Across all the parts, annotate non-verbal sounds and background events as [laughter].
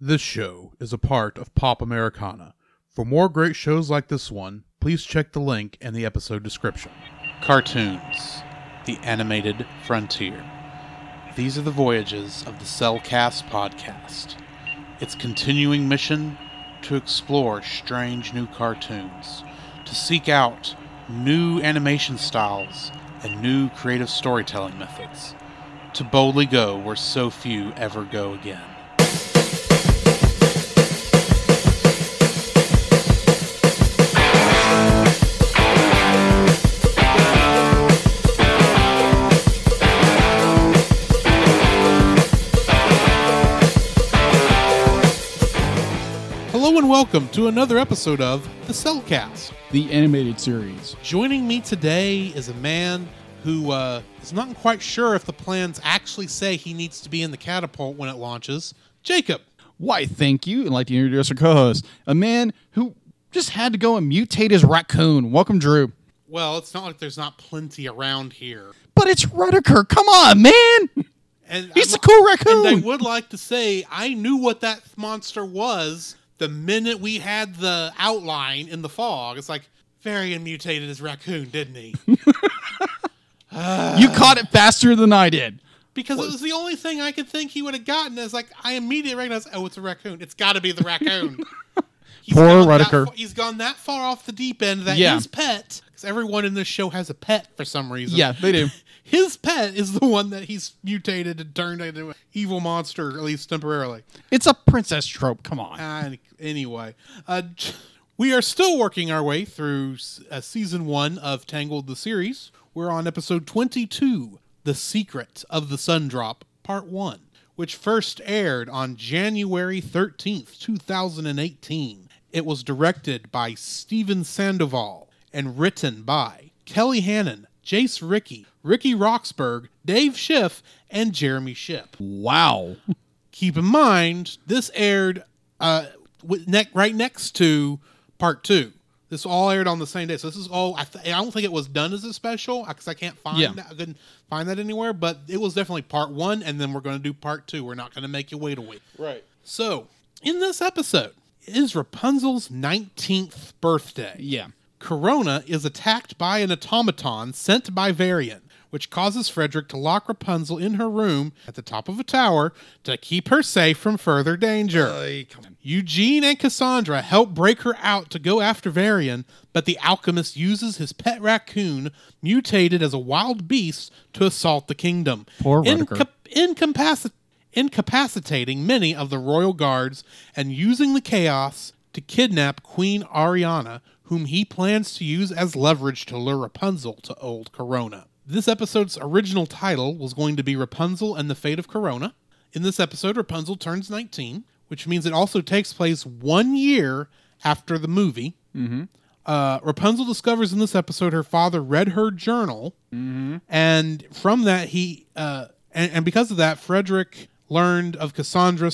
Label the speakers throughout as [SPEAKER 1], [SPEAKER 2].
[SPEAKER 1] This show is a part of Pop Americana. For more great shows like this one, please check the link in the episode description. Cartoons The Animated Frontier. These are the voyages of the Cellcast podcast. Its continuing mission to explore strange new cartoons, to seek out new animation styles and new creative storytelling methods, to boldly go where so few ever go again. Hello and welcome to another episode of The Cellcast.
[SPEAKER 2] the animated series.
[SPEAKER 1] Joining me today is a man who uh, is not quite sure if the plans actually say he needs to be in the catapult when it launches. Jacob.
[SPEAKER 2] Why, thank you. I'd like to introduce our co host, a man who just had to go and mutate his raccoon. Welcome, Drew.
[SPEAKER 1] Well, it's not like there's not plenty around here.
[SPEAKER 2] But it's Rudiker. Come on, man.
[SPEAKER 1] And
[SPEAKER 2] He's
[SPEAKER 1] I'm-
[SPEAKER 2] a
[SPEAKER 1] And
[SPEAKER 2] cool
[SPEAKER 1] I
[SPEAKER 2] raccoon.
[SPEAKER 1] would like to say I knew what that monster was the minute we had the outline in the fog. It's like Varian mutated his raccoon, didn't he?
[SPEAKER 2] you caught it faster than I did.
[SPEAKER 1] Because it was the only thing I could think he would have gotten. Is like I immediately recognized, oh, it's a raccoon. It's got to be the
[SPEAKER 2] [laughs]
[SPEAKER 1] raccoon. He's
[SPEAKER 2] Poor
[SPEAKER 1] gone that
[SPEAKER 2] Rudiker.
[SPEAKER 1] fa- he's gone that far off the deep end that
[SPEAKER 2] Yeah.
[SPEAKER 1] his pet, because everyone in this show has a pet for some reason.
[SPEAKER 2] Yeah, they do.
[SPEAKER 1] His pet is the one that he's mutated and turned into an evil monster, at least temporarily.
[SPEAKER 2] It's a princess trope.
[SPEAKER 1] [laughs]
[SPEAKER 2] Come on.
[SPEAKER 1] Uh, anyway, uh, j- we are still working our way through s- uh, season one of Tangled the series. We're on episode 22, The Secret of the Sundrop, part one, which first aired on January 13th, 2018. It was directed by Steven Sandoval and written by Kelly Hannon, Jace Ricky, Ricky Roxburgh, Dave Schiff, and Jeremy Ship
[SPEAKER 2] Wow.
[SPEAKER 1] keep in mind this aired uh with ne- right next to part two this all aired on the same day so this is all i, th- I don't think it was done as a special because i can't find
[SPEAKER 2] Yeah.
[SPEAKER 1] that i couldn't find that anywhere but it was definitely part one and then we're going to do part two we're not going to make you wait a week
[SPEAKER 2] Right.
[SPEAKER 1] so in this episode is rapunzel's 19th birthday
[SPEAKER 2] Yeah.
[SPEAKER 1] Corona is attacked by an automaton sent by Varian, which causes Frederick to lock Rapunzel in her room at the top of a tower to keep her safe from further danger. Eugene and Cassandra help break her out to go after Varian, but the alchemist uses his pet raccoon, mutated as a wild beast, to assault the kingdom,
[SPEAKER 2] Poor Rudiger.
[SPEAKER 1] incapaci- incapacitating many of the royal guards and using the chaos to kidnap Queen Ariana, whom he plans to use as leverage to lure Rapunzel to old Corona. This episode's original title was going to be Rapunzel and the Fate of Corona. In this episode, Rapunzel turns 19, which means it also takes place one year after the movie. Uh, Rapunzel discovers in this episode her father read her journal, and from that he uh, and, and because of that, Frederick learned of Cassandra.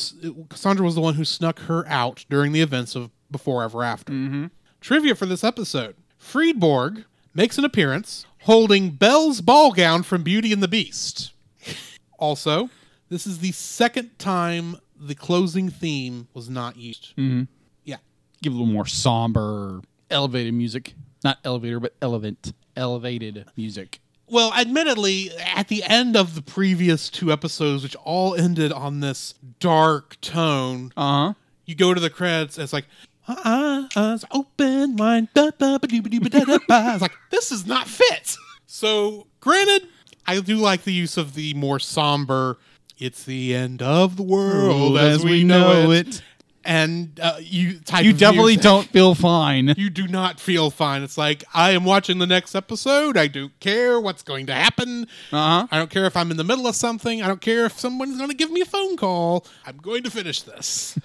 [SPEAKER 1] Cassandra was the one who snuck her out during the events of Before Ever After. Trivia for this episode: Friedborg makes an appearance holding Belle's ball gown from Beauty and the Beast. [laughs] Also, this is the second time the closing theme was not used. Yeah,
[SPEAKER 2] Give a little more somber, elevated music. Not elevator, but elevant. Elevated music.
[SPEAKER 1] Well, admittedly, at the end of the previous two episodes, which all ended on this dark tone,
[SPEAKER 2] Uh huh.
[SPEAKER 1] you go to the credits, and it's like, uh uh, uh, it's open wine, da da ba doo ba doo ba da da ba. It's like, this is not fit. So, granted, I do like the use of the more somber, it's the end of the world as, we, know, it. And uh, you type
[SPEAKER 2] You
[SPEAKER 1] of
[SPEAKER 2] definitely
[SPEAKER 1] music.
[SPEAKER 2] don't feel fine.
[SPEAKER 1] You do not feel fine. It's like, I am watching the next episode. I don't care what's going to happen.
[SPEAKER 2] Uh-huh.
[SPEAKER 1] I don't care if I'm in the middle of something. I don't care if someone's going to give me a phone call. I'm going to finish this.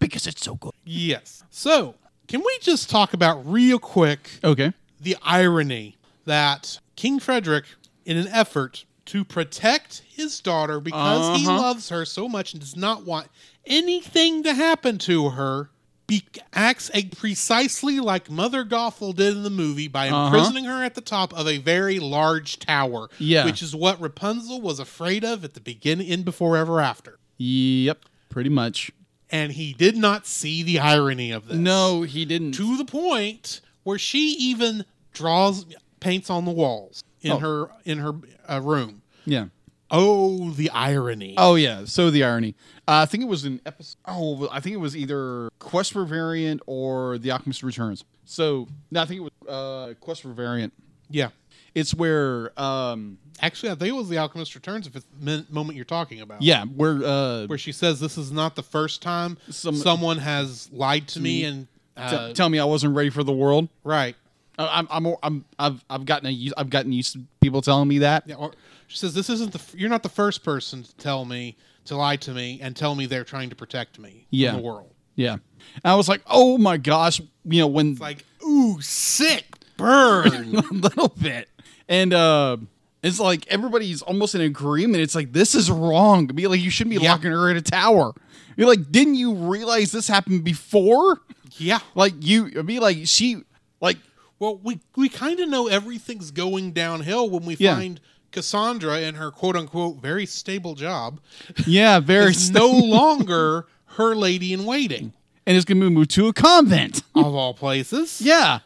[SPEAKER 2] Because it's so good.
[SPEAKER 1] yes. So, can we just talk about real quick
[SPEAKER 2] Okay.
[SPEAKER 1] the irony that King Frederick, in an effort to protect his daughter because he
[SPEAKER 2] Uh-huh.
[SPEAKER 1] loves her so much and does not want anything to happen to her, be- acts a- precisely like Mother Gothel did in the movie by
[SPEAKER 2] Uh-huh.
[SPEAKER 1] imprisoning her at the top of a very large tower,
[SPEAKER 2] Yeah.
[SPEAKER 1] which is what Rapunzel was afraid of at the beginning in Before Ever After.
[SPEAKER 2] Yep. Pretty much.
[SPEAKER 1] and he did not see the irony of this.
[SPEAKER 2] No, he didn't.
[SPEAKER 1] To the point where she even draws paints on the walls in
[SPEAKER 2] Oh.
[SPEAKER 1] her in her uh, room.
[SPEAKER 2] yeah.
[SPEAKER 1] Oh, the irony.
[SPEAKER 2] Oh yeah. So the irony. Uh, I think it was an episode. Oh, I think it was either Quest for Variant or The Alchemist Returns. So no, I think it was uh, Quest for Variant.
[SPEAKER 1] Yeah.
[SPEAKER 2] It's where um,
[SPEAKER 1] Actually, I think it was The Alchemist Returns if it's the min- moment you're talking about.
[SPEAKER 2] yeah, where uh,
[SPEAKER 1] Where she says this is not the first time
[SPEAKER 2] Some-
[SPEAKER 1] someone has lied to me and
[SPEAKER 2] t-
[SPEAKER 1] uh,
[SPEAKER 2] tell me I wasn't ready for the world.
[SPEAKER 1] right.
[SPEAKER 2] I- I'm, I'm, I'm, I've, I've gotten, a, I've gotten used to people telling me that.
[SPEAKER 1] Yeah, or she says this isn't the f- you're not the first person to tell me to lie to me and tell me they're trying to protect me
[SPEAKER 2] Yeah.
[SPEAKER 1] in the world.
[SPEAKER 2] Yeah. And I was like, oh my gosh, you know, when
[SPEAKER 1] Like, ooh, sick burn.
[SPEAKER 2] [laughs] a little bit. And uh it's like everybody's almost in agreement. It's like this is wrong. Be like you shouldn't be
[SPEAKER 1] Yeah.
[SPEAKER 2] locking her in a tower. You're like, didn't you realize this happened before?
[SPEAKER 1] yeah.
[SPEAKER 2] Like you I mean like she like
[SPEAKER 1] Well, we we kind of know everything's going downhill when we
[SPEAKER 2] Yeah.
[SPEAKER 1] find Cassandra and her quote unquote very stable job
[SPEAKER 2] Yeah, very
[SPEAKER 1] is no longer
[SPEAKER 2] [laughs]
[SPEAKER 1] her lady in waiting
[SPEAKER 2] and it's gonna move to a convent. [laughs]
[SPEAKER 1] of all places.
[SPEAKER 2] yeah.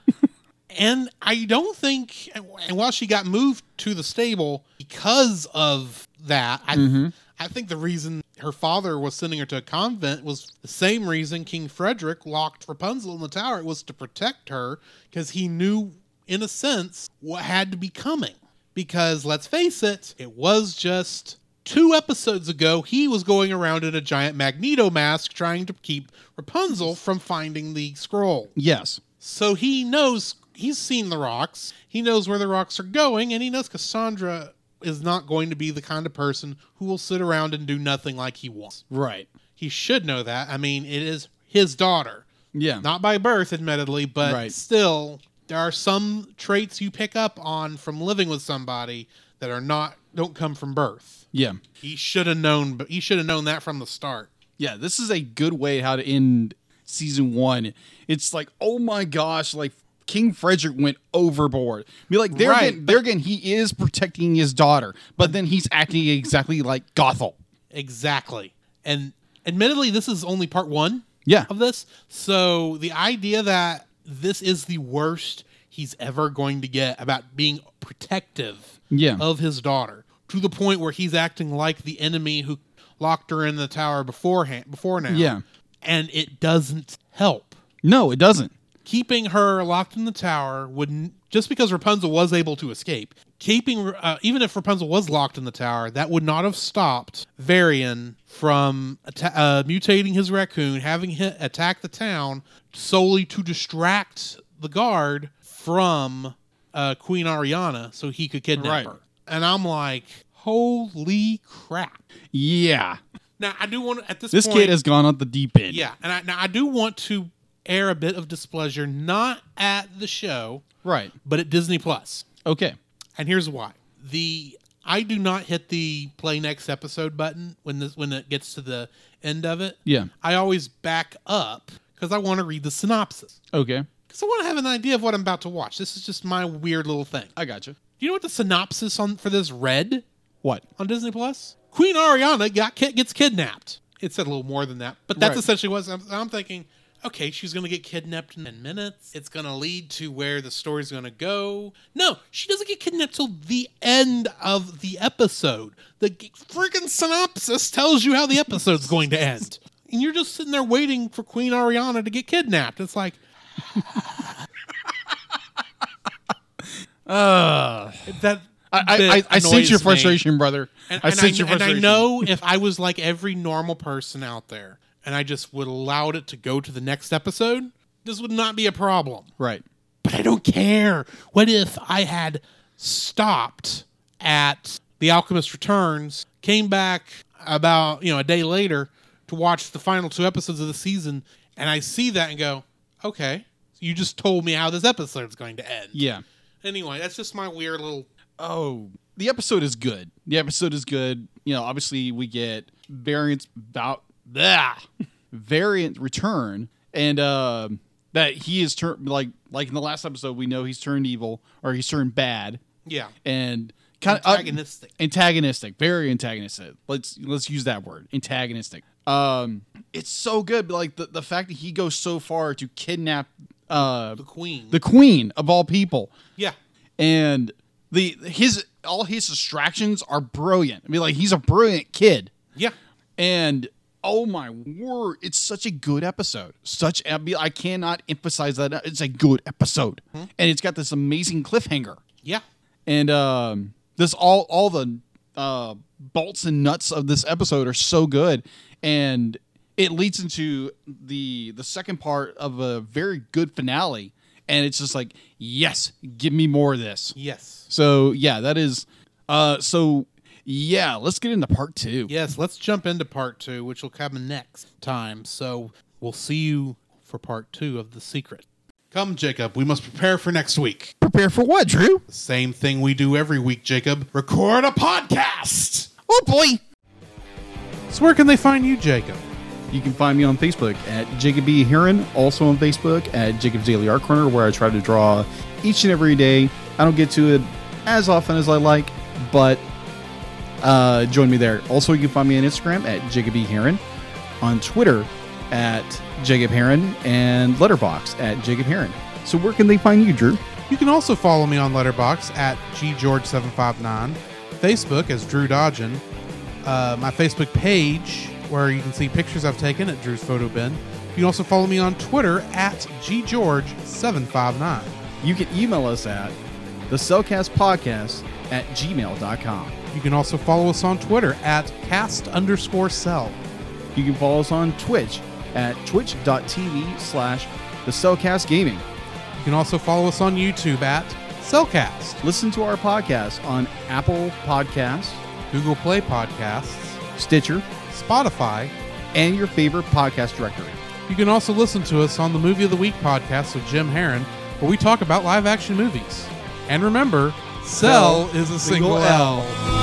[SPEAKER 1] And I don't think, and while she got moved to the stable because of that, I, I think the reason her father was sending her to a convent was the same reason King Frederick locked Rapunzel in the tower. It was to protect her because he knew, in a sense, what had to be coming. Because let's face it, it was just two episodes ago he was going around in a giant magneto mask trying to keep Rapunzel from finding the scroll.
[SPEAKER 2] Yes.
[SPEAKER 1] So he knows he's seen the rocks. He knows where the rocks are going, and he knows Cassandra is not going to be the kind of person who will sit around and do nothing like he wants.
[SPEAKER 2] Right.
[SPEAKER 1] He should know that. I mean, it is his daughter.
[SPEAKER 2] Yeah.
[SPEAKER 1] Not by birth, admittedly, but
[SPEAKER 2] Right.
[SPEAKER 1] still, there are some traits you pick up on from living with somebody that are not don't come from birth.
[SPEAKER 2] yeah.
[SPEAKER 1] He should have known, but he should have known that from the start.
[SPEAKER 2] Yeah, this is a good way how to end season one. It's like, oh my gosh, like King Frederick went overboard. I mean, like they're
[SPEAKER 1] Right,
[SPEAKER 2] getting, they're getting, he is protecting his daughter, but then he's acting exactly like Gothel.
[SPEAKER 1] Exactly. And admittedly, this is only part one.
[SPEAKER 2] Yeah.
[SPEAKER 1] Of this, so the idea that this is the worst he's ever going to get about being protective.
[SPEAKER 2] Yeah.
[SPEAKER 1] Of his daughter to the point where he's acting like the enemy who locked her in the tower beforehand. Before now.
[SPEAKER 2] Yeah.
[SPEAKER 1] And it doesn't help.
[SPEAKER 2] No, it doesn't.
[SPEAKER 1] Keeping her locked in the tower wouldn't just because Rapunzel was able to escape. Keeping uh, even if Rapunzel was locked in the tower, that would not have stopped Varian from atta- uh, mutating his raccoon, having him attack the town solely to distract the guard from uh, Queen Ariana, so he could kidnap
[SPEAKER 2] Right.
[SPEAKER 1] her. And I'm like, holy crap!
[SPEAKER 2] Yeah.
[SPEAKER 1] Now I do want to at this
[SPEAKER 2] This
[SPEAKER 1] point,
[SPEAKER 2] kid has gone off the deep end.
[SPEAKER 1] yeah, and I, now I do want to air a bit of displeasure, not at the show,
[SPEAKER 2] Right.
[SPEAKER 1] but at Disney Plus.
[SPEAKER 2] Okay.
[SPEAKER 1] And here's why: the I do not hit the play next episode button when this when it gets to the end of it.
[SPEAKER 2] Yeah.
[SPEAKER 1] I always back up because I want to read the synopsis
[SPEAKER 2] Okay.
[SPEAKER 1] because I want to have an idea of what I'm about to watch. This is just my weird little thing.
[SPEAKER 2] I gotcha.
[SPEAKER 1] Do you know what the synopsis on for this read?
[SPEAKER 2] What?
[SPEAKER 1] on Disney Plus. Queen Ariana got ki- gets kidnapped. It said a little more than that, but that's
[SPEAKER 2] Right.
[SPEAKER 1] essentially what I'm, I'm thinking. Okay, she's gonna get kidnapped in ten minutes. It's gonna lead to where the story's gonna go. No, she doesn't get kidnapped till the end of the episode. The g- freaking synopsis tells you how the episode's going to end, and you're just sitting there waiting for Queen Ariana to get kidnapped. It's [laughs] like
[SPEAKER 2] Uh,
[SPEAKER 1] that.
[SPEAKER 2] I, I, I,
[SPEAKER 1] bit
[SPEAKER 2] I sense your
[SPEAKER 1] annoys me.
[SPEAKER 2] frustration, brother.
[SPEAKER 1] And,
[SPEAKER 2] I
[SPEAKER 1] and
[SPEAKER 2] sense your
[SPEAKER 1] and
[SPEAKER 2] frustration.
[SPEAKER 1] I know if I was like every normal person out there and I just would allowed it to go to the next episode, this would not be a problem.
[SPEAKER 2] Right.
[SPEAKER 1] But I don't care. What if I had stopped at The Alchemist Returns, came back about, you know, a day later to watch the final two episodes of the season and I see that and go, "Okay, you just told me how this episode's going to end."
[SPEAKER 2] Yeah.
[SPEAKER 1] Anyway, that's just my weird little
[SPEAKER 2] oh the episode is good the episode is good you know obviously we get variants about blah, variant return and um that he is turned like like in the last episode we know he's turned evil or he's turned bad
[SPEAKER 1] yeah.
[SPEAKER 2] and uh, kind of
[SPEAKER 1] Antagonistic.
[SPEAKER 2] antagonistic very antagonistic let's let's use that word antagonistic Um, it's so good. but, Like the, the fact that he goes so far to kidnap uh,
[SPEAKER 1] The Queen.
[SPEAKER 2] the queen of all people,
[SPEAKER 1] yeah.
[SPEAKER 2] and the his all his distractions are brilliant. I mean, like he's a brilliant kid,
[SPEAKER 1] Yeah.
[SPEAKER 2] and oh my word, it's such a good episode. Such I, mean, I cannot emphasize that it's a good episode, and it's got this amazing cliffhanger
[SPEAKER 1] Yeah.
[SPEAKER 2] and um, this all all the uh, bolts and nuts of this episode are so good, and it leads into the the second part of a very good finale, and it's just like yes, give me more of this.
[SPEAKER 1] Yes.
[SPEAKER 2] So yeah, that is uh, so yeah. Let's get into part two.
[SPEAKER 1] Yes. Let's jump into part two, which will come next time. So we'll see you for part two of The Secret. Come, Jacob. We must prepare for next week.
[SPEAKER 2] Prepare for what, Drew?
[SPEAKER 1] The same thing we do every week, Jacob. Record a podcast.
[SPEAKER 2] Oh boy.
[SPEAKER 1] So where can they find you, Jacob?
[SPEAKER 2] You can find me on Facebook at Jacob B. Heron, also on Facebook at Jacob's Daily Art Corner, where I try to draw each and every day. I don't get to it as often as I like, but uh, join me there. Also, you can find me on Instagram at Jacob B. Heron, on Twitter at Jacob Heron, and Letterbox at Jacob Heron. So, where can they find you, Drew?
[SPEAKER 1] You can also follow me on Letterbox at ggeorge759, Facebook as Drew Dodgen, uh, my Facebook page where you can see pictures I've taken at Drew's photo bin. You can also follow me on Twitter at ggeorge759.
[SPEAKER 2] You can email us at the Cellcast Podcast at gmail.com.
[SPEAKER 1] You can also follow us on Twitter at cast underscore cell.
[SPEAKER 2] You can follow us on Twitch at twitch.tv slash the Cellcast Gaming.
[SPEAKER 1] You can also follow us on YouTube at Cellcast,
[SPEAKER 2] Listen to our podcast on Apple Podcasts,
[SPEAKER 1] Google Play Podcasts,
[SPEAKER 2] Stitcher,
[SPEAKER 1] Spotify.
[SPEAKER 2] and your favorite podcast directory.
[SPEAKER 1] You can also listen to us on the Movie of the Week podcast with Jim Heron, where we talk about live action movies. And remember, Cell is a single L.